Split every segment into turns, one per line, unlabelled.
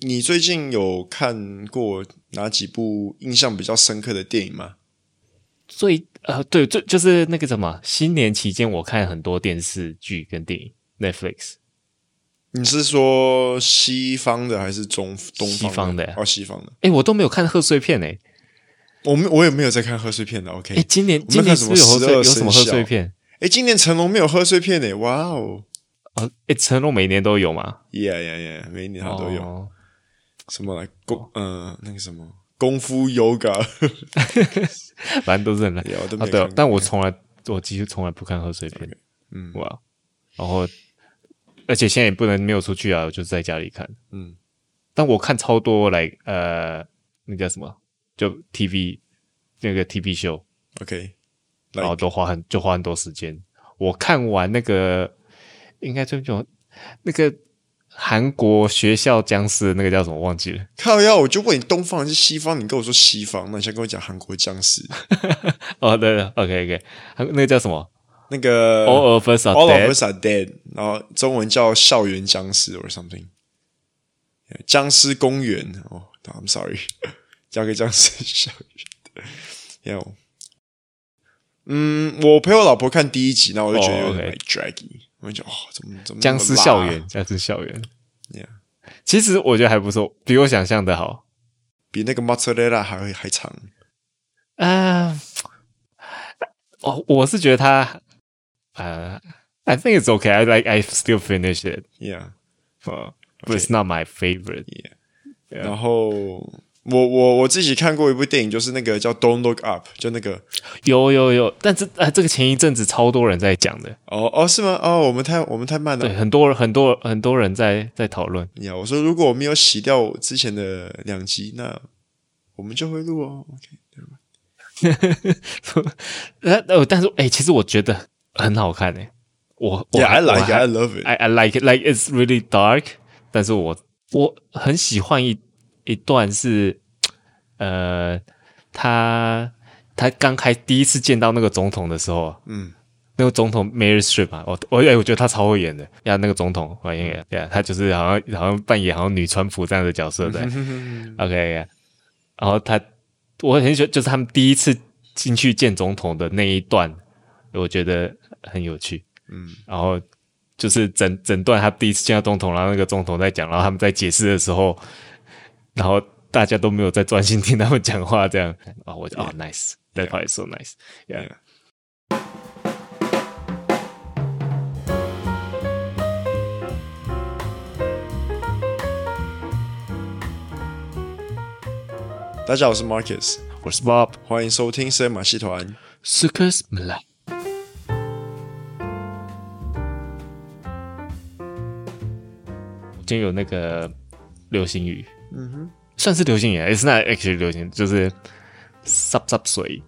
你最近有看过哪几部印象比较深刻的电影吗？
最呃，对，最就是那个什么，新年期间我看很多电视剧跟电影，Netflix
你是说西方的还是中东
西方的呀
哦，西方的。
哎，我都没有看贺岁片哎、
我没，我也没有在看贺岁片的。OK，
哎、今年
我
今
们看
年是
什
不
么
是有贺岁
12
有什么贺
生肖
岁片？
哎，今年成龙没有贺岁片诶，哇哦，
哦，哎，成龙每年都有嘛？
耶耶耶，每一年他都有、
哦
什么来功，呃，那个什么功夫 Yoga，
反正都是很烂。
也我都
啊，
没看
对哦
过、，
但我从来我几乎从来不看贺岁片，
嗯
哇，然后而且现在也不能没有出去啊，我就是在家里看。
嗯，
但我看超多来呃，那叫什么？就 TV 那个 TV 秀，
OK，
然后
Like-
都花很就花很多时间。我看完那个应该就叫那个韩国学校僵尸那个叫什么忘记了
靠呀，我就问你东方还是西方，你跟我说西方，那你先跟我讲韩国僵尸
哦，对对，OK OK，韩那个叫什么
那 个
呃 All of Us Are
All of
Dead，
us are dead，然后中文叫校园僵尸 or something，僵尸公园哦、i m sorry，交 给僵尸校园。有，嗯，我陪我老婆看第一集，然后我就觉得有点
哦
like draggy，、我就觉得哦，怎么怎么那么
僵尸
辣啊
校园，僵尸校园
Yeah
其实我觉得还不错，比我想象的好
比那个 mozzarella 还会还长。
啊、哦，我是觉得他啊、i think it's okay. I like I still finish it.
Yeah，
Uh, but it's not my favorite.
然后我我我自己看过一部电影，就是那个叫 Don't Look Up，就那个
有有有，但是啊、这个前一阵子超多人在讲的，
哦哦是吗？哦，我们太我们太慢了
对，。很多人很多很多人在在讨论。
你好，我说如果我没有洗掉我之前的两集，那我们就会录哦。OK，
呃呃，但是哎、其实我觉得很好看哎、我我
yeah, I
我
like, it,
还
I love it.
I I like it, like it's really dark。但是我我很喜欢一一段是，呃，他他刚开第一次见到那个总统的时候，啊
嗯，
那个总统 Meryl Streep 嘛，我我哎，我觉得他超会演的呀，那个总统，我
嗯
演演，对啊，他就是好像好像扮演好像女川普这样的角色的，OK，yeah
嗯
然后他我很喜欢，就是他们第一次进去见总统的那一段，我觉得很有趣，
嗯，
然后就是整整段他第一次见到总统，然后那个总统在讲，然后他们在解释的时候，然后大家都没有在专心听他们讲话，这样 啊、我就哦、nice，that part is so nice，yeah.
Yeah. 大家好，我是 Marcus，
我是 Bob。
欢迎收听深马戏团。
s u k u s m a l a 今天有那个流星雨，嗯哼，算是流星雨啊，It's not actually 流星，就是 sub sub 水，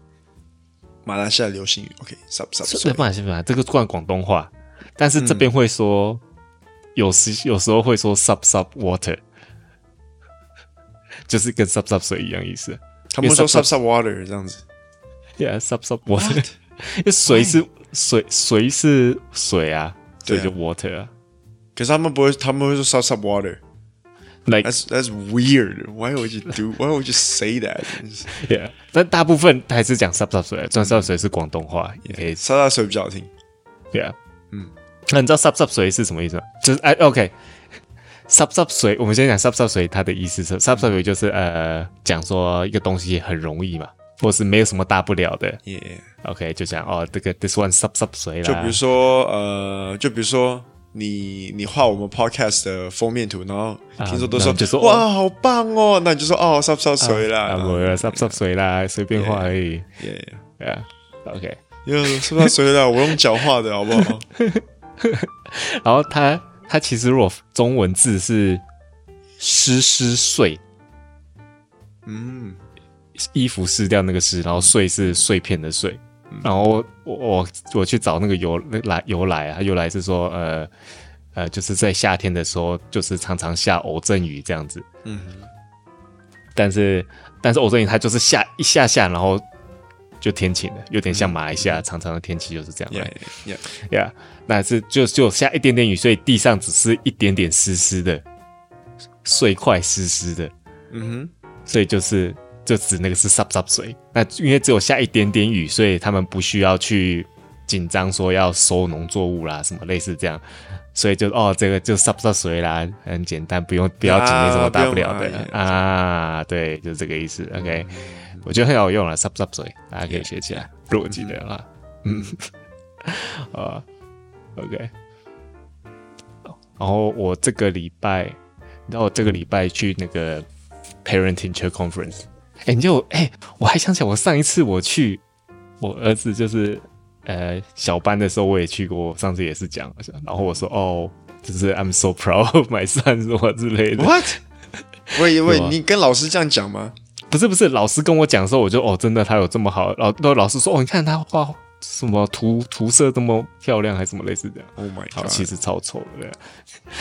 马来西亚流行语，OK，sub sub
对，不然是不然这个算广东话，但是这边
嗯
会说，有时有时候会说 sub sub water，就是跟 sub sub 水一样意思。
他们会说
sub-
sub sub water 这样子。
Yeah, sub sub water，因 为水是水，水是水啊，所以
对
就
啊
water 啊。
可是他们不会，他们会说 sub sub water。
Like
That's that's weird. Why would you do? Why would you say that?
yeah，但大部分还是讲 sub sub 水，虽然 sub 水是广东话，也可以
沙拉水比较好听。
yeah。那
嗯
你知道 sub sub 水是什么意思吗？就是哎，OK。sub sub 水，我们先讲 sub sub 水，它的意思是 sub sub 水就是呃，讲说一个东西很容易嘛，或是没有什么大不了的。
Yeah.
OK，就讲哦，这个 this one sub sub 水啦。
就比如说，呃，就比如说你你画我们 podcast 的封面图，然后听说都
那
说,、
你就说
哇好棒哦，那你就说哦烧烧水啦，
啊，
然后
我 sub sub 水啦，随便画而已。
耶，
Yeah，OK、OK
又烧烧水啦，我用脚画的好不 好？
然后它它其实如果中文字是湿湿碎，
嗯，
衣服湿掉那个湿，然后碎是碎片的碎。
嗯
然后我我我去找那个由那来由来啊，它由来是说呃呃，就是在夏天的时候，就是常常下偶阵雨这样子。
嗯，
但是但是偶阵雨它就是下一下下，然后就天晴了，有点
嗯
像马来西亚常常的天气就是这样来。
耶耶，
呀、那是就就下一点点雨，所以地上只是一点点湿湿的，碎块湿湿的，
嗯
所以就是就指那个是 sub sub 水。那因为只有下一点点雨，所以他们不需要去紧张说要收农作物啦，什么类似这样。所以就哦，这个就 sub sub 水啦，很简单，不用不要紧，
啊
没什么大不了
不
的
用
啊对，就是这个意思。OK，我觉得很好用了，sub sub 水，大家可以学起来，如果记得啦。OK，然后我这个礼拜，然后我这个礼拜去那个 Parent Teacher Conference，哎、你就哎、我还想起来，我上一次我去，我儿子就是呃小班的时候我也去过，上次也是讲，然后我说哦，就是 I'm so proud of my son 什么之类的
哼，，What？喂喂
有啊，
你跟老师这样讲吗？
不是不是，老师跟我讲的时候，我就哦，真的他有这么好，老老老师说哦，你看他画什么涂涂色这么漂亮，还是什么类似这样。
Oh my
好，其
god！
实超丑的，对啊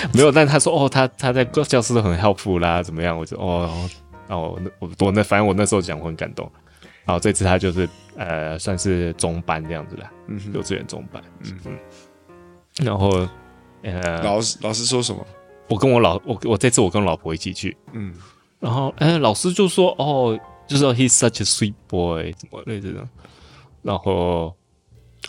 没有。但他说哦，他他在教室都很 helpful 啦，怎么样？我就哦哦，那我我那反正我那时候讲我很感动。然后这次他就是呃，算是中班这样子啦，
嗯哼
幼稚园中班，嗯嗯。然后呃，
老师老师说什么？
我跟我老我我这次我跟我老婆一起去，
嗯
然后哎，老师就说哦，就是说 he's such a sweet boy，怎么类似的，然后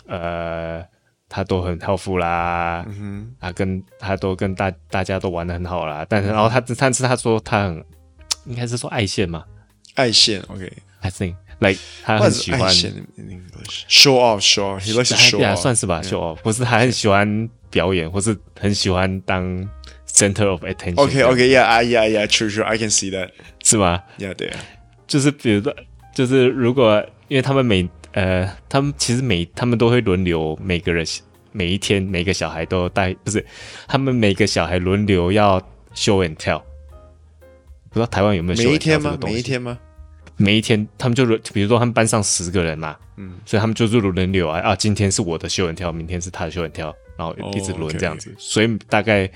呃，他都很 helpful 啦，
嗯哼，
他啊跟他都跟大大家都玩的很好啦，但是然后他但是他说他很应该是说爱线嘛
爱线，OK。
，I think like 他很
What is
喜
爱
欢，
线 in English? Show off, show off. He likes to
哎
show
呀
off.
算是吧，就哦，不是他很喜欢表演，或是很喜欢当 center of attention。
OK, OK, yeah, I, yeah, yeah, true, true. I can see that.
是吗？
Yeah, 对啊，
就是比如说，就是如果因为他们每呃，他们其实每他们都会轮流每个人每一天每个小孩都带，不是他们每个小孩轮流要 show and tell。不知道台湾有没有 show
每
and
一
tell
天
这
吗
个？东
每
西
一天吗？
每一天他们就轮，比如说他们班上十个人嘛，
嗯
所以他们就是轮流啊啊，今天是我的秀人跳，明天是他的秀人跳，然后一直
哦
轮
OK，
这样子，所以大概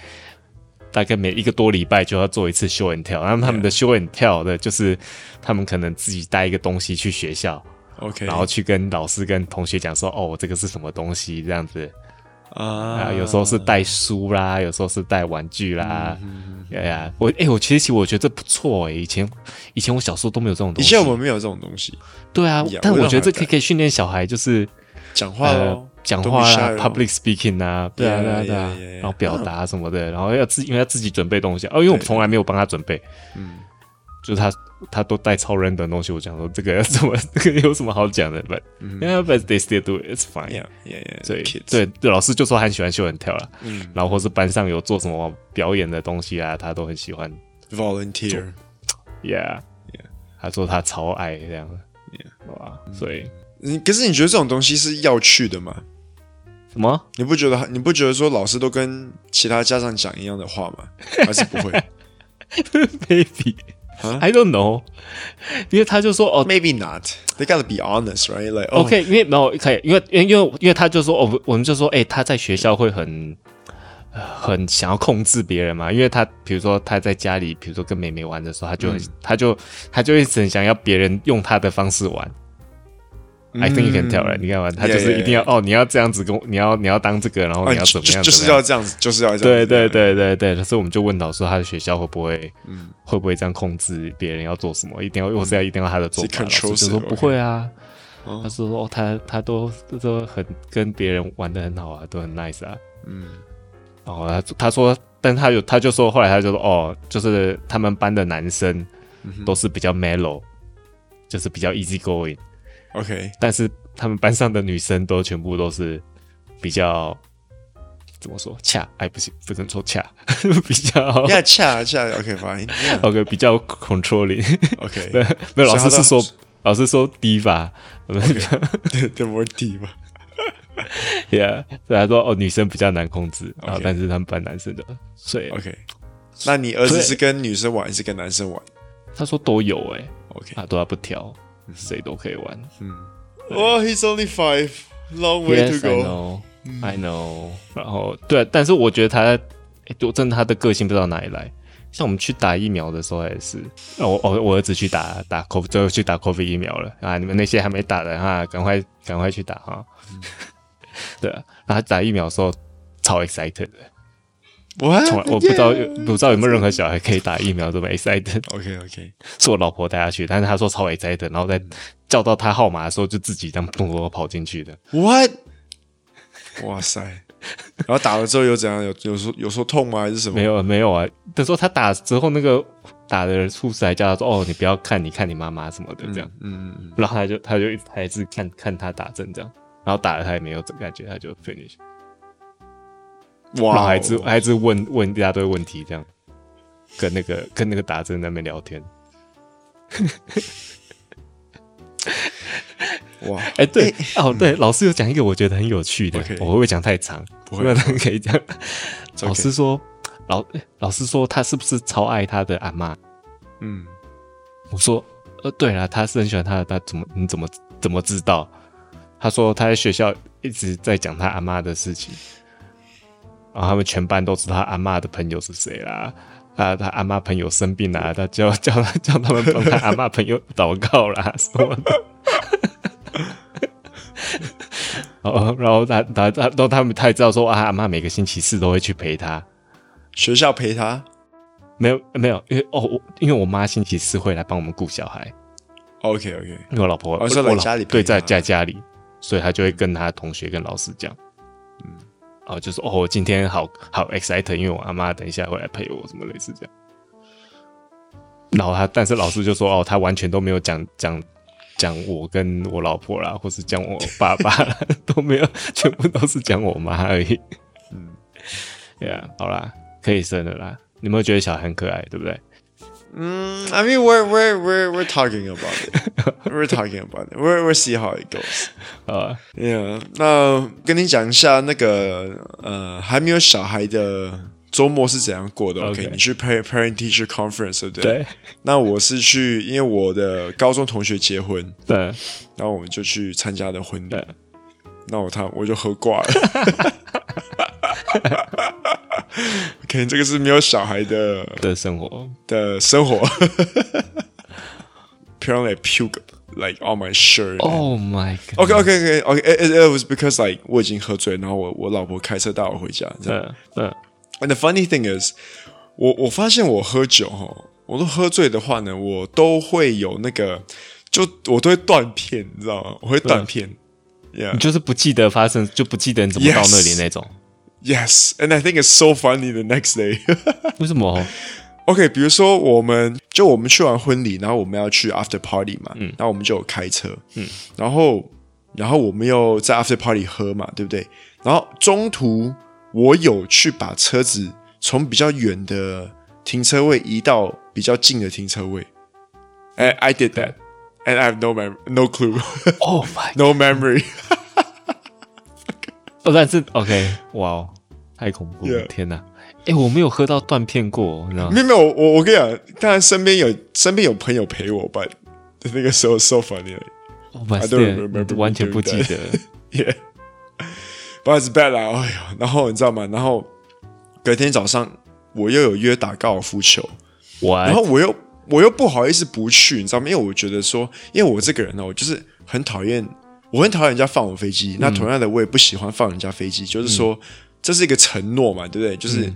大概每一个多礼拜就要做一次秀人跳，然后他们的秀人跳的就是他们可能自己带一个东西去学校，
，OK，
然后去跟老师跟同学讲说，哦，这个是什么东西这样子，啊，
啊，
有时候是带书啦，有时候是带玩具啦，
嗯
哎呀、我哎、我其实其实我觉得这不错哎、以前以前我小时候都没有这种东
以
西
前，我们没有这种东西，
对啊
呀，
但
我也
我觉得这
很
可以可以训练小孩，就是
讲话
呃
咯，
讲
Don't
话
be
啦
shy 咯
，public speaking 啊，对啊
Yeah,
对啊对啊
yeah, yeah, yeah.，
然后表达什么的，然后要自因为要自己准备东西，哦，因为我从来没有帮他准备，
嗯，
就是他他都带超人的东西，我讲说这 个要怎么这个有什么好讲的，but yeah but they still do it, it's fine。
Mm-hmm ，Yeah, yeah, yeah，
所以
kids，
哎对对，老师就说他很喜欢秀人跳啦，
嗯
然后或是班上有做什么表演的东西啊，他都很喜欢
，volunteer，
，yeah，他说他超爱这样哇，所以
嗯，可是你觉得这种东西是要去的吗？
什么？
你不觉得你不觉得说老师都跟其他家长讲一样的话 吗？还是不会
maybe
啊
I don't know，因 为他就说哦。
？Maybe not. They gotta be honest, right? Like, oh,
OK，因为没有可以，因为因为因为因为他就说，哦，我我们就说，哎、他在学校会很呃很想要控制别人嘛，因为他比如说他在家里，比如说跟妹妹玩的时候，他就
嗯
很、他就他就一直很想要别人用他的方式玩。I think you can tell，、right?
嗯
你看嘛，他就是一定要哦，你要这样子跟我，你要你要当这个，然后
哦，
你要怎么
就
样，
就
怎
是
么样
要这样子，就是要这样嗯
对
子，
对
对，
对对对，所以我们就问到说他的学校会不会，会不会这样控制别人要做什么？一定要，我是要一定要他的做
是嗯
法。老师
control
就说
set，
不会啊，
哦
他说哦，他他都都很跟别人玩的很好啊，都很 nice 啊。
嗯
然后他他说，但他有他就说，后来他就说哦，就是他们班的男生
嗯
都是比较 mellow，、就是比较 easy going，
，OK，
但是他们班上的女生都全部都是比较。怎么说？恰哎，不行，不能说恰， 比较
呀，恰恰，OK fine，yeah，
OK，比较 controlling。
OK，
没有，老师
所以他
是
的
说，老师说低吧。我们
对 对，我低吧。
yeah，所以他说哦，女生比较难控制，然后
OK
但是他们班男生的，所以
OK，那你儿子
对
是跟女生玩还是跟男生玩
他说都有哎、
？OK，
他都要不挑，谁都可以玩。
哦、h e s only five, long way
Yes,
to
I
go. 嗯
know, I know。然后对，但是我觉得他，诶我真的他的个性不知道哪里来。像我们去打疫苗的时候也是，哦我我我儿子去打打 COVID，最后去打 COVID 疫苗了啊！你们那些还没打的哈，赶快赶快去打
嗯
哈。对啊，然后他打疫苗的时候超 excited 的，
我
从来我不知道有不知道有没有任何小孩可以打疫苗这么 excited，
OK OK，
是我老婆带她去，但是她说超 excited，然后
嗯
在叫到她号码的时候就自己这样咚咚咚跑进去的，
What？哇塞！然后打了之后又怎样？有有说有说痛吗？还是什么？
没有没有啊，那时候她打之后那个打的护士还叫她说哦你不要看，你看你妈妈什么的这样，
嗯，嗯，
然后她就她就还是看看她打针这样，然后打了她也没有感觉，她就 finish，
嗯
然
哇
后
哦，
还是还是问问一大堆问题这样，跟那个跟那个打针在那边聊天，
哇，
哎、对，哦，对，老师有讲一个我觉得很有趣的
OK
我会不会讲太长？
不会
那当然可以讲。
It's
老
OK
师说，老哎老师说他是不是超爱他的阿妈？
嗯，
我说，呃，对啦，他是很喜欢他的，他怎么你怎么怎么知道？他说他在学校一直在讲他阿妈的事情，然后他们全班都知道他阿妈的朋友是谁啦，啊，他阿妈朋友生病啦，他叫叫他叫他们帮他阿妈朋友祷告啦 什么的。哦，然后他他他，然后他们他也知道说啊，阿妈每个星期四都会去陪他，
学校陪他
没有没有，因为哦，我因为我妈星期四会来帮我们顾小孩，
，OK OK，
因为我老婆，
哦是
我
来
老
家里陪
对，在
她
在家里，所以他就会跟他同学跟老师讲，嗯，哦，就说哦，我今天好好 excited，因为我阿妈等一下会来陪我，什么类似这样。然后他，但是老师就说哦，他完全都没有讲讲讲我跟我老婆啦，或是讲我爸 爸啦，都没有，全部都是讲我妈而已。嗯，对啊，好啦，可以生了啦。你有没有觉得小孩很可爱，对不对？
嗯，I Mm, mean we're we're we're we're talking about it, we're talking about it, we're we're see how it goes.
呃，
Yeah，那跟你讲一下那个呃还没有小孩的周末是怎样过的
OK
OK，你去 parent parent teacher conference 对不对？
对，
那我是去，因为我的高中同学结婚，
对，
然后我们就去参加的婚礼
对。
那我他我就喝挂了。OK，这个是没有小孩的
的生活，
的生活。Apparently I puke like on my shirt.
Oh my god！
OK OK OK OK. It, it- it was because like 我已经喝醉，然后我我老婆开车带我回家。这样
嗯嗯
And the funny thing is，我我发现我喝酒哈，我都喝醉的话呢，我都会有那个，就我都会断片，你知道吗？我会断片。Yeah.
你就是不记得发生，就不记得你怎么到那里那种。
Yes, and I think it's so funny the next day.
为什么？
OK，比如说我们就我们去完婚礼，然后我们要去 after party 嘛，嗯，然后我们就有开车，嗯，然后然后我们又在 after party 喝嘛，对不对？然后中途我有去把车子从比较远的停车位移到比较近的停车位。哎，I did that, and I have no mem no clue,
Oh my！
no memory.
哦，但是 OK，哇哦，太恐怖了
Yeah
天哪！哎，我没有喝到断片过，你知道吗
没？有没有，我我跟你讲，当然身边有身边有朋友陪我，but 那个时候 so funny. like,
Oh 我完
don't
全
remember
完全不记得。
Yeah, but it's bad 啦。哎呦，然后你知道吗？然后隔天早上我又有约打高尔夫球， 然
我
后我又我又不好意思不去，你知道吗？因为我觉得说，因为我这个人呢，我就是很讨厌，我很讨厌人家放我飞机。那同样的，我也不喜欢放人家飞机，就是说这是一个承诺嘛，对不对？就是。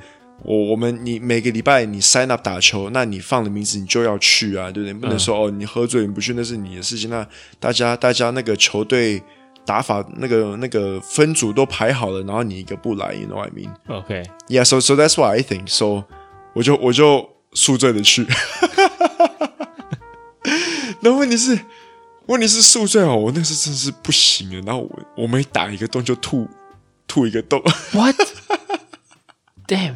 我我们你每个礼拜你 sign up 打球，那你放的名字你就要去啊，对不对？不能说、哦你喝醉你不去那是你的事情。那大家大家那个球队打法那个那个分组都排好了，然后你一个不来，you know what I mean？
OK，
Yeah, so so that's what I think. So 我就我就宿醉的去。 那问题是，问题是宿醉哦，我那时真的是不行了。然后我我每打一个洞就吐吐一个洞，
，What？Damn！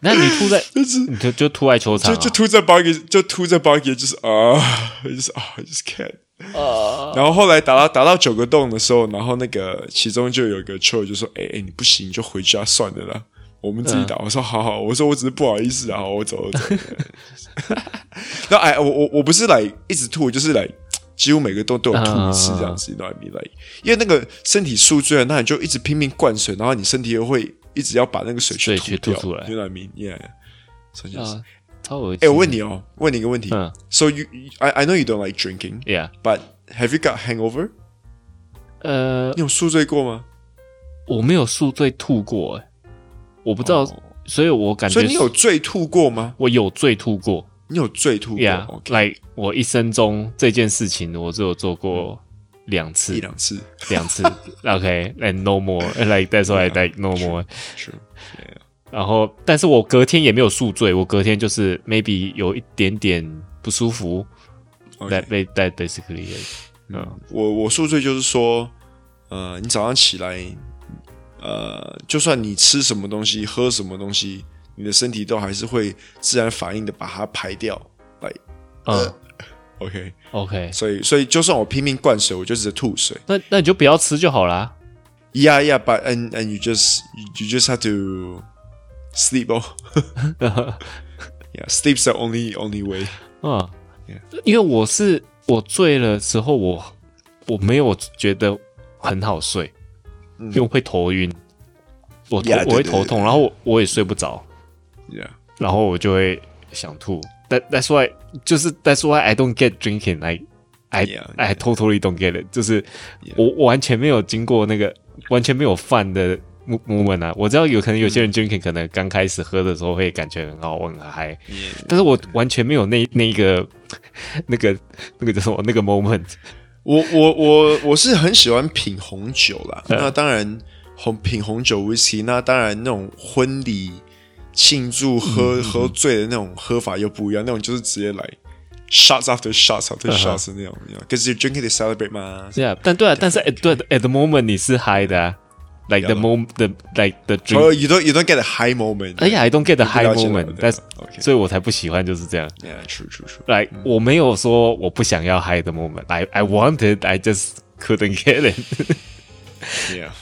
那你吐 在，你就就吐在球场
就
啊
就吐在 buggy，就吐在 buggy，就是啊，就是啊，就是 can。然
啊
后后来打到打到九个洞的时候，然后那个其中就有一个 c h o 就说：“哎、哎，你不行，你就回家算了啦，我们自己
嗯
打。我说：“好好。”我说：“我只是不好意思啊，好我走，我走。 那哎，我我我不是来一直吐，我就是来几乎每个洞都有吐一
嗯
次这样子，你 know what I mean？来，因为那个身体宿醉了，那你就一直拼命灌水，然后你身体又会一直要把那个水去
水去
掉，
吐出来
You know what I mean？Yeah，所以就是。
啊，超恶心。
哎、我问你哦，问你一个问题。
嗯
So you, I, I know you don't like drinking,
，Yeah，
but have you got hangover?
呃，
你有宿醉过吗？
我没有宿醉吐过，哎，我不知道
哦，
所以我感觉
所以你有醉吐过吗？
我有醉吐过
你有醉吐过
呀
o，k
来、like, 我一生中这件事情我只有做过两
一
次，
两次
两 次，OK，and no more，like that's why like no more。
是
然后，但是我隔天也没有宿醉，我隔天就是 maybe 有一点点不舒服。
，OK
That。ba- that basically is- 嗯
我我宿醉就是说，呃，你早上起来，呃，就算你吃什么东西、喝什么东西，你的身体都还是会自然反应的把它排掉。Like 呃
嗯
OK，
，OK，
所以所以就算我拼命灌水，我就只是吐水。
那那你就不要吃就 好啦。
Yeah, yeah, but and and you just you just have to sleep. Oh, yeah, sleep's the only only way.
嗯，因为我是我醉了之后，我我没有觉得很好睡，因为我会头晕，我头
嗯 Yeah，对
我会
对
头痛，然后我我也睡不着，
Yeah.
然后我就会想吐。That that's why 就是 that's why I don't get drinking like I
Yeah,
I totally don't get it，就是我我完全没有经过那个完全没有犯的 mo- moment 啊。我知道有可能有些
嗯
人 drinking 可能刚开始喝的时候会感觉很好，我很嗨，但是我完全没有那那个 那个那个叫什么那个 moment。
我我我我是很喜欢品红酒啦。那当然红品红酒 whisky，那当然那种婚礼庆祝喝、喝醉的那种喝法又不一样，那种就是直接来 shots after shots after shots 的那种，because、you're drinking to celebrate 嘛。
对啊，但对啊，但是 at 对 at the moment 你是嗨的啊，like the
Yeah.
moment the like the drink
Or Oh, you don't you don't get a high moment.
哎呀，I don't get the high
了解了
moment，
对啊
但是
OK
所以我才不喜欢就是这样。
Yeah, true, true, true.
来，我没有说我不想要 high 的 moment，I I wanted I just couldn't get it。
Yeah.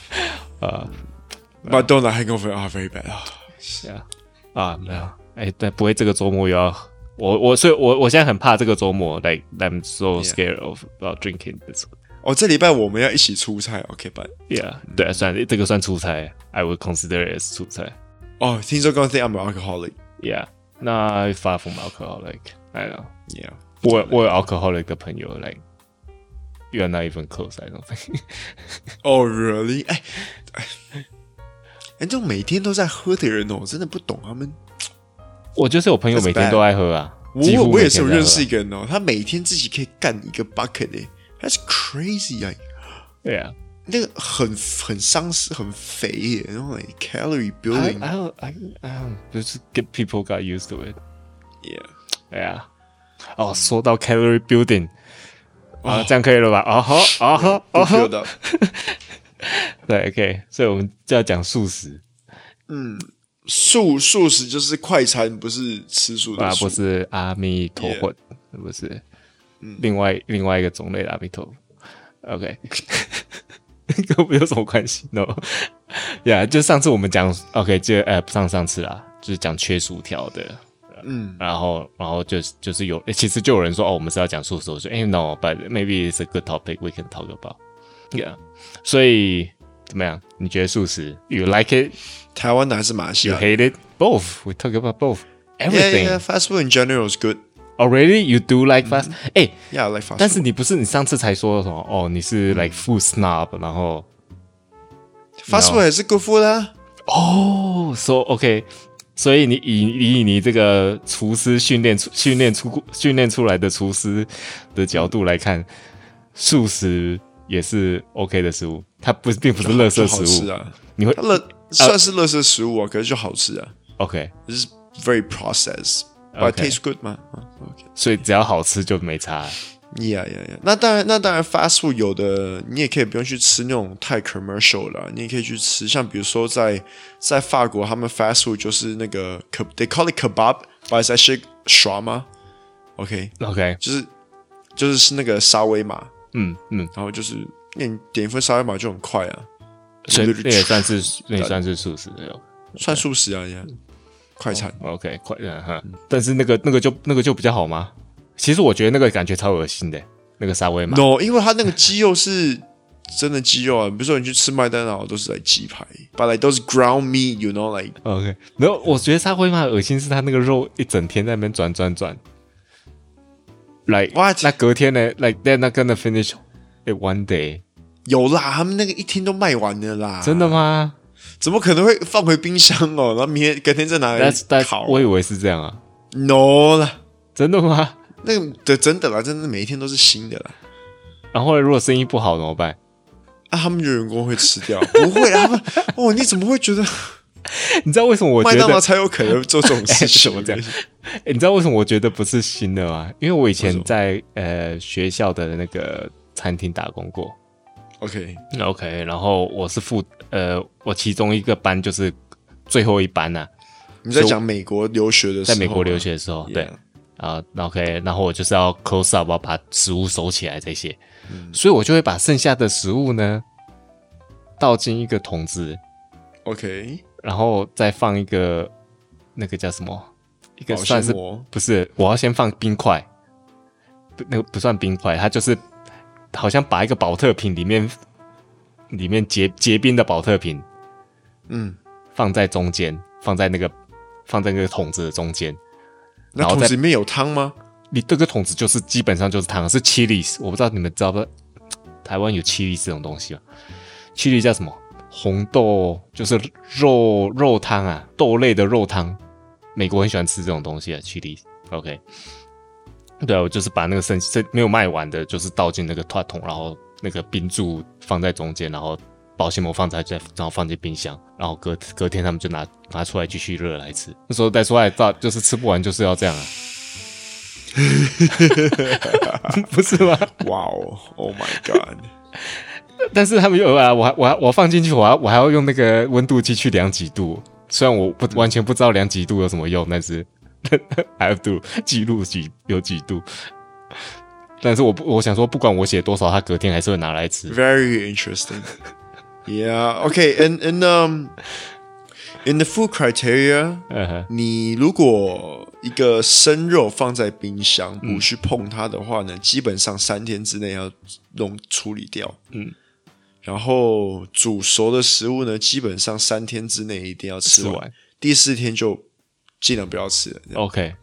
But don't the hangover are very bad. 啊
啊，没有，哎，但不会这个周末又要我我，所以我我现在很怕这个周末，like I'm so scared of about drinking this。
哦，这礼拜我们要一起出差，OK，but、
Yeah，对啊，
嗯
算这个算出差，I would consider it as 出差。
哦，听说 gonna think I'm an alcoholic.
Yeah，那 far from alcoholic，I know。
Yeah.
我我有 alcoholic 的朋友，like you're not even close，I don't think。
Oh really？哎，哎，这种每天都在喝的人哦，我真的不懂他们。
我就是有朋友
That's
每天都爱喝啊，几
我
乎
我也
每
是
天
有
都在喝啊
认识一个人哦，他每天自己可以干一个 bucket 哎、t h a t s crazy 啊、
对啊。
那个很很伤身，很肥耶、然后 like calorie
I
building，yeah，
I don't I I don't just get people got used to it. Yeah. 哦，说到 calorie building，啊，Uh, 这样可以了吧？哦吼，哦吼，
不
哦吼
build，up。
对，OK，所以我们就要讲素食
素素食就是快餐，不是吃素
啊
的，素。
不是阿弥陀佛，不是另外另外一个种类的阿弥陀佛。OK，跟我们有什么关系？No，呀、yeah,，就上次我们讲 OK，就呃上上次啦，就是讲缺薯条的，嗯，然后然后就是就是有，诶其实就有人说哦，我们是要讲素食，我说哎、no，but maybe it's a good topic we can talk about。Yeah，所以怎么样？你觉得素食？You like it?
台湾的还是马来西
You
亚
hate it? Both? We talk about both. Everything.
？Yeah，yeah，fast food in general is good。
Already, Oh, you do like fast. 哎、
Yeah, I like fast.
但
food.
是你不是你上次才说什么？哦，你是 like food snob，然后
fast food 也是 good food 啦、
哦，so OK，所以你以以你这个厨师训练出训练出训练出来的厨师的角度来看，素食也是 OK 的食物，它不并不是垃圾
就好
食
吃
物。
啊。
你会
它乐算是垃圾食物啊，可是就好吃啊。
OK，
This is very processed, but it
Okay.
tastes good 吗啊？OK，
所以只要好吃就没差。
yeah yeah yeah。那当然，那当然，fast food 有的你也可以不用去吃那种太 commercial 了，你也可以去吃像比如说在在法国，他们 fast food 就是那个 ke- they call it kebab, but it's actually shawarma。OK，
OK，
就是就是是那个沙威玛，
嗯嗯，
然后就是那你点一份沙威玛就很快啊，
所以
Literally-
那也算是那也算是素食的。
算素食啊，也、快餐。
OK，快点哈。但是那个那个就那个就比较好吗？其实我觉得那个感觉超恶心的，那个沙威玛。
No，因为它那个鸡肉是真的鸡肉啊，比如说你去吃麦当劳都是来鸡排，but like 都是 ground meat，you know，like
OK，然后我觉得沙威玛恶心是它那个肉一整天在那边转转转。Like
What？
那隔天呢？Like they're not gonna finish it one day，、
有啦，他们那个一天都卖完了啦，
真的吗？
怎么可能会放回冰箱哦？ 然后明天隔天再拿来
但是但是
烤
我以为是这样啊，
？No 啦，
真的吗？
那个对，真的啦，真的每一天都是新的啦。
然后如果生意不好怎么办？
啊，他们有员工会吃掉？ 不会啊，他们哦，你怎么会觉 得
你知道为什么我
麦
觉
当劳
得？哎
才有可能做这种 事
什
情？
么这样？诶你知道为什么我觉得不是新的吗？因为我以前在呃学校的那个餐厅打工过。
？OK，
嗯 OK，然后我是负呃，我其中一个班就是最后一班呐、啊
你在讲美国留学的时
在
候，啊
美国留学的时候，对
Yeah
啊，OK，然后我就是要 close up，我要把食物收起来这些，所以我就会把剩下的食物呢倒进一个桶子，
，OK，
然后再放一个那个叫什么，一个
保鲜
算是
膜
哦不是？我要先放冰块，不那个不算冰块，它就是好像把一个保特瓶里面里面结结冰的保特瓶，
嗯，
放在中间，放在那个放在那个桶子的中间。
那
然后
桶
再
子里面有汤吗？
你这个桶子就是基本上就是汤，是 chilies，我不知道你们知道不？台湾有 chilies 这种东西吗？chili 叫什么？红豆就是肉肉汤啊，豆类的肉汤。美国很喜欢吃这种东西啊，chili。OK，对啊，我就是把那个剩剩没有卖完的，就是倒进那个桶桶，然后那个冰柱放在中间，然后保鲜膜放在再，然后放进冰箱，然后隔隔天他们就拿拿出来继续热来吃。那时候再出来到就是吃不完就是要这样啊， 不是吗？
哇哦，Oh my God！
但是他们又啊，我还我还我放进去，我还我还要用那个温度计去量几度。虽然我不完全不知道量几度有什么用，但是 I have to 记录几有几度。但是我不，我想说，不管我写多少，他隔天还是会拿来吃。
Very interesting. yeah. Okay. And and um, in the food criteria,
嗯哼，
你如果一个生肉放在冰箱不去碰它的话呢，
嗯
基本上三天之内要弄处理掉。嗯。然后煮熟的食物呢，基本上三天之内一定要吃
吃
完，
完。哦
第四天就尽量不要吃了。
OK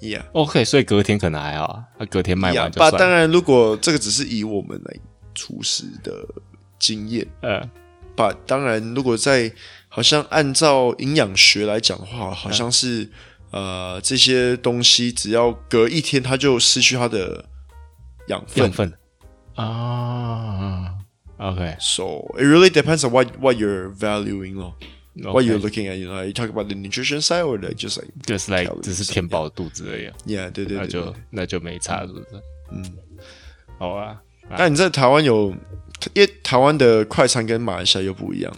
Yeah.
OK，所以隔天可能还好啊，他隔天卖完就
吧，
算
当
了。
然，如果这个只是以我们来厨师的经验，
呃，
把当然，如果在好像按照营养学来讲的话，好像是、呃这些东西只要隔一天，它就失去它的养分
养。分啊。OK，
So it really depends on what what you're valuing 咯
o
what you're
k
looking at. You know, you talk about the nutrition side or like just like
就是 like
calories
只是填饱肚子而已啊，
yeah，对对
那
对对
就那就没差，是不是？
嗯。
好啊，
那你在台湾有，因为台湾的快餐跟马来西亚又不一样，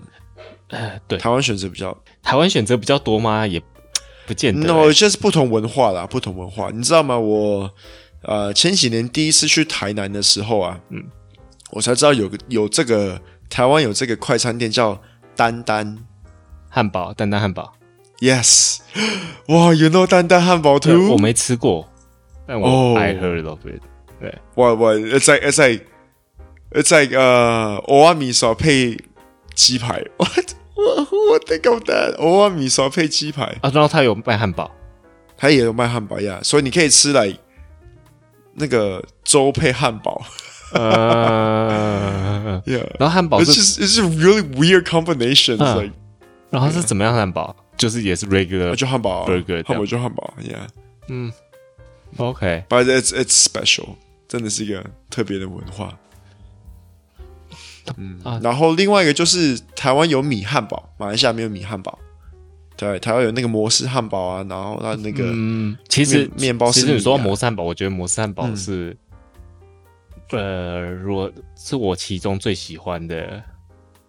对
台湾选择比较
台湾选择比较多吗？也不见得欸、
no，就是不同文化啦，不同文化，你知道吗？我呃前几年第一次去台南的时候啊，嗯，我才知道有个有这个台湾有这个快餐店叫丹丹
汉堡，丹丹汉堡，
，yes，哇，you know 丹丹汉堡
对，我
too？
没吃过，但
哦
我 I heard of it。对，
哇哇，it's 呃 like it's like it's like 呃，欧阿米索配鸡排，what what what they got that？欧阿米索配鸡排，
啊，然后他有卖 汉堡，
它也有卖汉堡呀，所以你可以吃来那个粥配汉堡
呃，
，yeah。
然后汉堡
It's just
是，
it's a really weird combination. It's
嗯
like
然后是怎么样的汉堡？就是也是 regular，
那就汉堡啊
Burger，
汉堡就汉堡，Yeah.
OK，
But it's it's special，真的是一个特别的文化。
啊
嗯，然后另外一个就是台湾有米汉堡，马来西亚没有米汉堡。对，台湾有那个摩斯汉堡啊，然后它那个
嗯，其实
面面包是嗯
其实你说
米啊
摩斯汉堡，我觉得摩斯汉堡是，呃，如果是我其中最喜欢的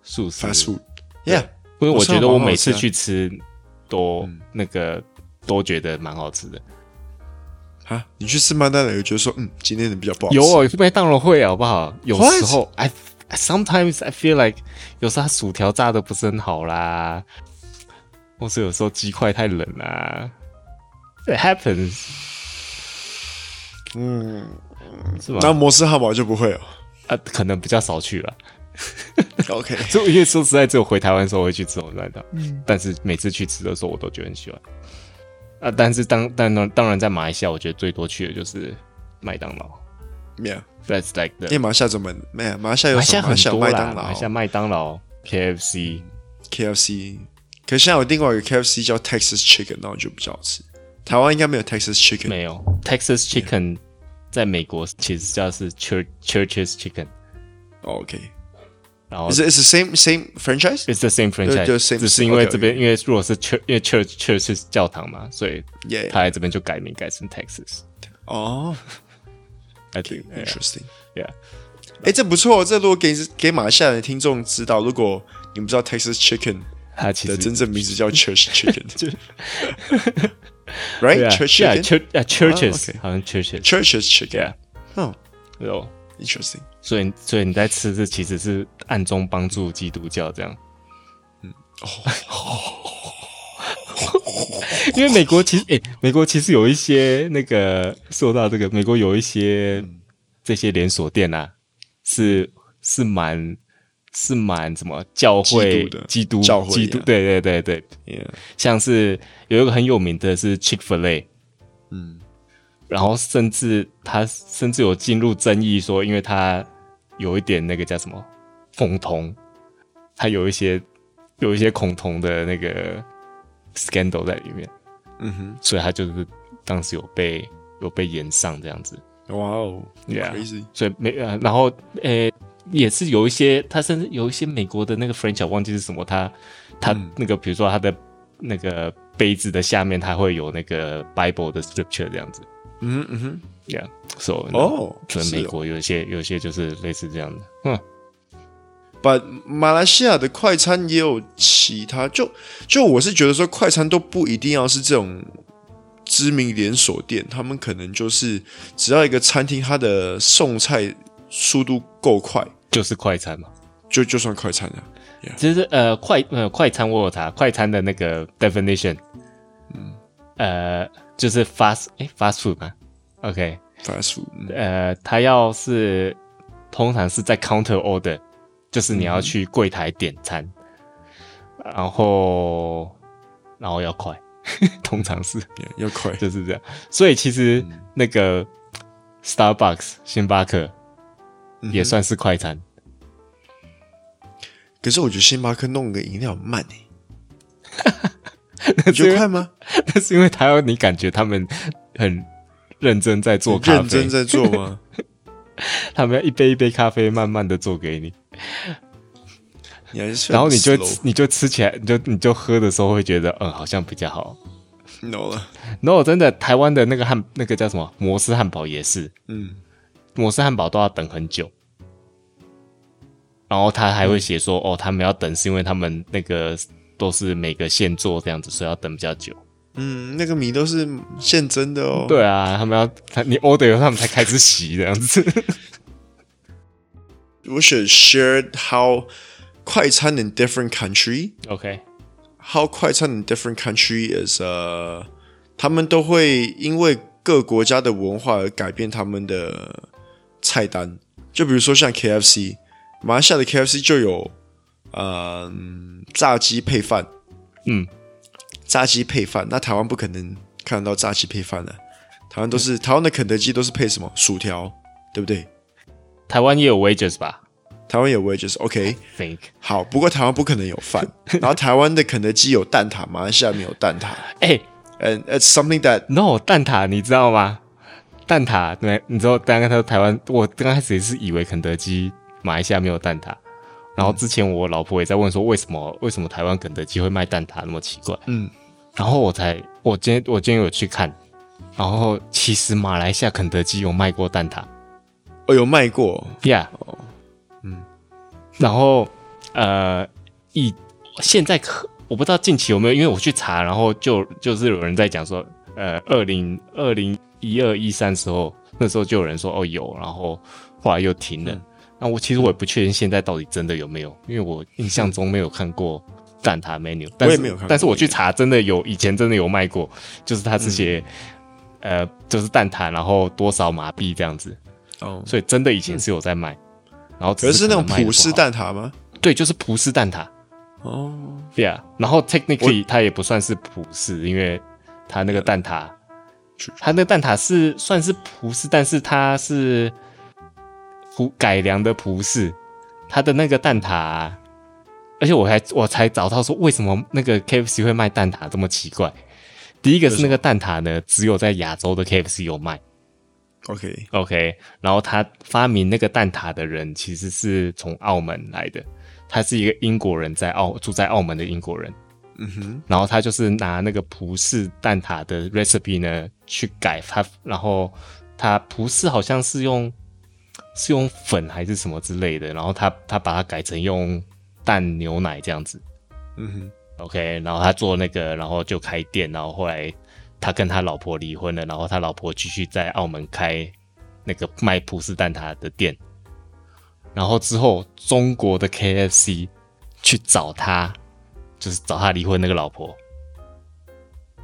素食
fast food，Yeah，
因为我觉得我每次
摩斯汉堡很好吃啊嗯
去吃都那个都觉得蛮好吃的。
啊，你去吃麦当劳，有觉得说嗯，今天的比较不好吃。
有哦，麦当劳会好不好？有
What？
时候 I sometimes I feel like 有时候它薯条炸的不是很好啦，或是有时候鸡块太冷啦。It happens，嗯，是
那
吗？
摩斯汉堡就不会哦。
啊，可能比较少去了。
OK，
就因为说实在，只有回台湾的时候会去吃红蛋挞，但是每次去吃的时候，我都觉得很喜欢。啊，但是当当然当然，在马来西亚，我觉得最多去的就是麦当劳。
Yeah，
That's like
因为
the
哎马来西亚怎么没有？马来西亚有
马来西
什
亚
么？马来
很
西亚有
多
麦
啦，
当
马
劳
来西亚麦当劳、KFC，
KFC，可是现在有另外一个 KFC 叫 Texas Chicken，那我就比较好吃。台湾应该没有 Texas Chicken，
没有 Texas Chicken 在美国其实叫是 Church Church's Chicken，
哦 OK，
然后
Oh, is it is the same same franchise？
Oh. It's the same franchise，
就 same-
只是因为
OK，OK
这边因为如果是 church，因为 church church 是教堂嘛，所以
Yeah
他来这边就改名改成 Texas。
哦
I
，OK
think yeah,
interesting。
yeah，
哎，这不错，这如果给给马来西亚的听众知道，如果你们知道 Texas Chicken
他其
的
实
真正名字叫 Church Chicken，right？Church
yeah
Chicken，Church
church 啊 churches
OK
好像 churches
is Chicken
yeah。
哦
有，
，interesting。
所以所以你在吃这其实是暗中帮助基督教这样。
嗯哦
因为美国其实，诶、美国其实有一些那个受到这个，美国有一些这些连锁店啊，是是蛮是蛮什么教
基
会
督的
基督
教会
基督
啊
对对对对，
Yeah，
像是有一个很有名的是 Chick Fil A，
嗯，
然后甚至他甚至有进入争议说，因为他有一点那个叫什么恐同，他有一些有一些恐同的那个 scandal 在里面，
嗯哼，
所以他就是当时有被有被延上这样子。
哇哦
Yeah
，crazy。
所以美呃，然后呃，也是有一些，他甚至有一些美国的那个 French 我忘记是什么，他他那个比如说他的那个杯子的下面，它会有那个 Bible 的 scripture 这样子
嗯哼
Mm-hmm,
嗯哼，
，Yeah，so
哦
所以
是
美
哦
国有一些有一些就是类似这样的，嗯，
But 马来西亚的快餐也有其他，就就我是觉得说，快餐都不一定要是这种知名连锁店，他们可能就是只要一个餐厅它的送菜速度够快，
就是快餐嘛。
就就算快餐了。
其实呃，快呃快餐我有查，快餐的那个 definition，嗯，呃，就是 fast 哎 fast food 嘛，OK，
Fast food，嗯
呃，它要是通常是在 counter order，就是你要去柜台点餐，然后然后要快， 通常是
yeah，要快。
就是这样。所以其实
嗯
那个 Starbucks 星巴克
嗯
也算是快餐，
可是我觉得星巴克弄个饮料很慢 诶、
那
你觉
是因
得
为
快吗？
但是因为它要你感觉他们很认真在做咖
认
啡
真，在做吗？
他们要一杯一杯咖啡慢慢的做给你，
你还是
然后你就
slow
你就吃起来，你就你就喝的时候会觉得嗯好像比较好。
no 了，
no，真的，台湾的那个汉那个叫什么摩斯汉堡也是，
嗯，
摩斯汉堡都要等很久。然后他还会写说，哦，他们要等是因为他们那个都是每个现做这样子，所以要等比较久。
嗯，那个米都是现蒸的哦。
对啊，他们要他你 order 以后，他们才开始洗这样子。
we should share how 快餐 in different country
OK，
how 快餐 in different country is 呃，他们都会因为各国家的文化而改变他们的菜单。就比如说像 KFC，马来西亚的 KFC 就有呃炸鸡配饭，
嗯，
炸鸡配饭。那台湾不可能看得到炸鸡配饭的，台湾都是、台湾的肯德基都是配什么薯条，对不对？
台湾也有 wages 吧
台湾有 wedges OK。
？Think
好，不过台湾不可能有 饭，然后台湾的肯德基有蛋挞，马来西亚没有蛋挞
哎、
，and it's something that
No，蛋挞你知道吗？蛋挞，对，你知道，刚刚他说台湾，我刚开始也是以为肯德基马来西亚没有蛋挞，然后之前我老婆也在问说，为什么为什么台湾肯德基会卖蛋挞那么奇怪？
嗯，
然后我才，我今天我今天有去看，然后其实马来西亚肯德基有卖过蛋挞
我 oh，有卖过，
，Yeah，嗯，然后呃，以现在可我不知道近期有没有，因为我去查，然后就就是有人在讲说，呃，二零二零一二一三时候，那时候就有人说哦有，然后后来又停
嗯
了。那我其实我也不确定现在到底真的有没有，因为我印象中没有看过蛋挞 menu，但是
没有看过嗯
但是我去查，真的有以前真的有卖过，就是它是写、呃就是蛋挞，然后多少马币这样子，
哦，
所以真的以前是有在卖。然后只
可是那种
可能卖得
普
不
式
好，
蛋挞吗？
对，就是葡式蛋挞。
哦，
Yeah，然后 technically 它也不算是葡式，因为它那个蛋挞，它那个蛋挞是算是葡式，但是它是葡改良的葡式，它的那个蛋挞而且我还我才找到说为什么那个 KFC 会卖蛋挞这么奇怪。第一个是那个蛋挞呢，只有在亚洲的 KFC 有卖。
OK，
OK，然后他发明那个蛋挞的人其实是从澳门来的，他是一个英国人在澳住在澳门的英国人，
嗯哼，
然后他就是拿那个葡式蛋挞的 recipe 呢去改他，然后他葡式好像是用是用粉还是什么之类的，然后他他把它改成用蛋牛奶这样子，
嗯哼，
OK，然后他做那个，然后就开店，然后后来他跟他老婆离婚了，然后他老婆继续在澳门开那个卖葡式蛋挞的店，然后之后中国的 KFC 去找他，就是找他离婚那个老婆，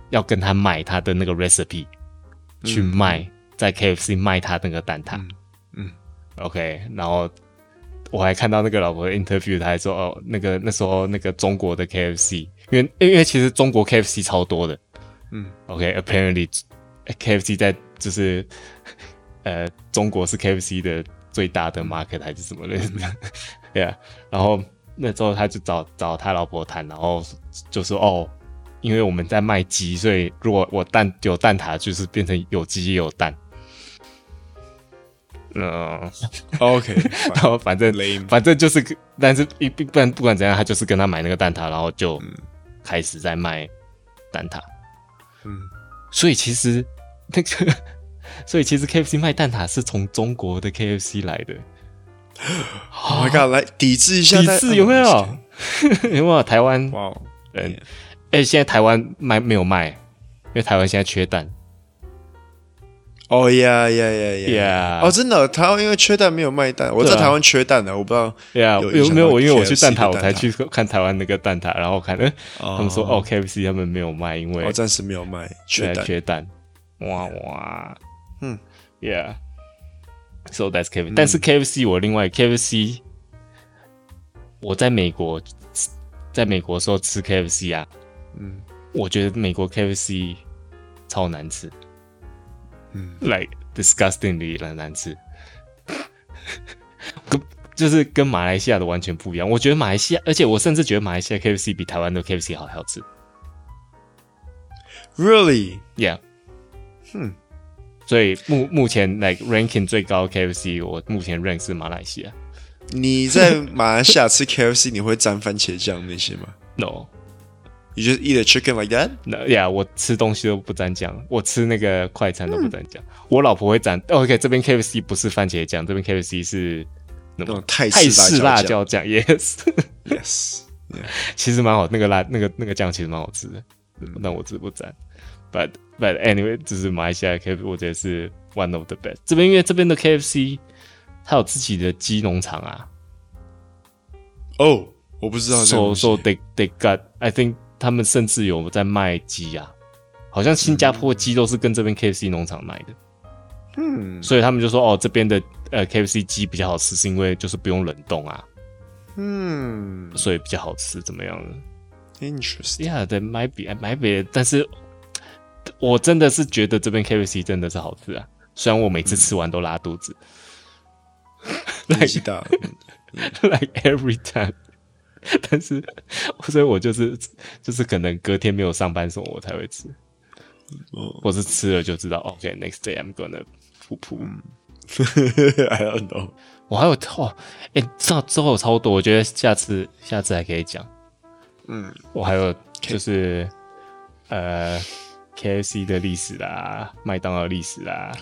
要跟他卖他的那个 recipe，去卖、在 KFC 卖他那个蛋挞，
嗯
o k 然后我还看到那个老婆的 interview，她还说哦，那个那时候那个中国的 KFC，因为因为其实中国 KFC 超多的，
嗯
，OK，apparently、KFC 在就是呃中国是 KFC 的最大的 market 还是什么的， 对啊，然后那之后他就找找他老婆谈，然后就说哦。因为我们在卖鸡，所以如果我蛋有蛋挞，就是变成有鸡也有蛋。嗯、
哦 ，OK，
然后反正
Lame
反正就是，但是一不不然不管怎样，他就是跟他买那个蛋挞，然后就开始在卖蛋挞。
嗯，
所以其实那个，所以其实 KFC 卖蛋挞是从中国的 KFC 来的，
Oh my god！来抵制一下，
抵
但
制有没？有
嗯？
有没有台湾
哇哦，
人
Yeah.？
哎、现在台湾卖没有卖，因为台湾现在缺蛋。
哦呀呀呀呀！
Yeah
哦，真的，台湾因为缺蛋没有卖蛋，我在
对啊
台湾缺蛋的，我不知道。
对啊，
有
有没有？我因为我去蛋
影响到 KFC
挞，我
的
才去看台湾那个蛋挞，然后看，嗯，他们说哦，KFC 他们没有卖，因为
我哦暂时没有卖缺
缺
蛋。
缺蛋，哇哇，
嗯
，Yeah。So 嗯 that's KFC，、但是 KFC 我另外 KFC，我在美国，在美国的时候吃 KFC 啊，
嗯
我觉得美国 KFC 超难吃，
嗯
，like disgustingly 难难吃， 跟就是跟马来西亚的完全不一样。我觉得马来西亚，而且我甚至觉得马来西亚 KFC 比台湾的 KFC 好还好吃。
，Really？
Yeah，
嗯，
所以目目前 like ranking 最高的 KFC，我目前 rank 是马来西亚。
你在马来西亚吃 KFC，你会沾番茄酱那些吗
No，
？You just eat a chicken like that？
那 yeah，我吃东西都不沾酱，我吃那个快餐都不沾酱。我老婆会沾。OK，这边 KFC 不是番茄酱，这边 KFC 是那
那
种
种泰
泰式
式
辣
椒
椒酱。Yes，
酱。Yes。
其实蛮好，那个辣那个那个酱其实蛮好吃的，但我吃不沾。But but anyway，就是马来西亚 KFC，我觉得是 one of the best。这边因为这边的 KFC 它有自己的鸡农场啊，
哦，Oh, 我不知道这个
so
东西。
so they they got I think 他们甚至有在卖鸡啊，好像新加坡鸡都是跟这边 KFC 农场买的，
嗯
所以他们就说哦这边的呃 KFC 鸡比较好吃，是因为就是不用冷冻啊，
嗯
所以比较好吃，怎么样呢
Hmm, ，interesting。
？Yeah, that might be, that might be，但是我真的是觉得这边 KFC 真的是好吃啊，虽然我每次
嗯
吃完都拉肚子、
年纪大了，
l i k e every time。但是，所以我就是就是可能隔天没有上班什么，我才会吃。
哦
或是吃了就知道，OK，next、day 哦 I'm gonna 噗噗。
，I don't know。
我还有哇，哎、这样之后有超多，我觉得下次下次还可以讲。
嗯，
我还有就是呃，KFC 的历史啦，麦当劳的历史啦，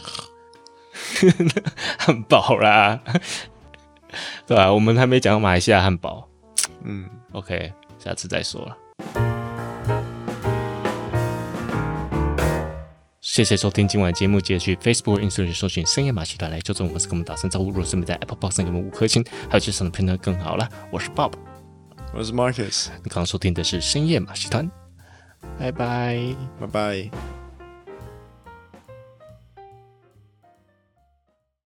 汉堡啦， 对啊，我们还没讲马来西亚汉堡。
嗯。
OK，下次再说了。谢谢收听今晚的节目，记得去 Facebook、Instagram 搜寻“深夜马戏团”来纠正我们是跟我们打声招呼。如果是没在 Apple Box 上给我们五颗星，还有去上的评论更好了。我是 Bob，
我是 Marcus，
你刚刚收听的是《深夜马戏团》，拜拜。
拜拜。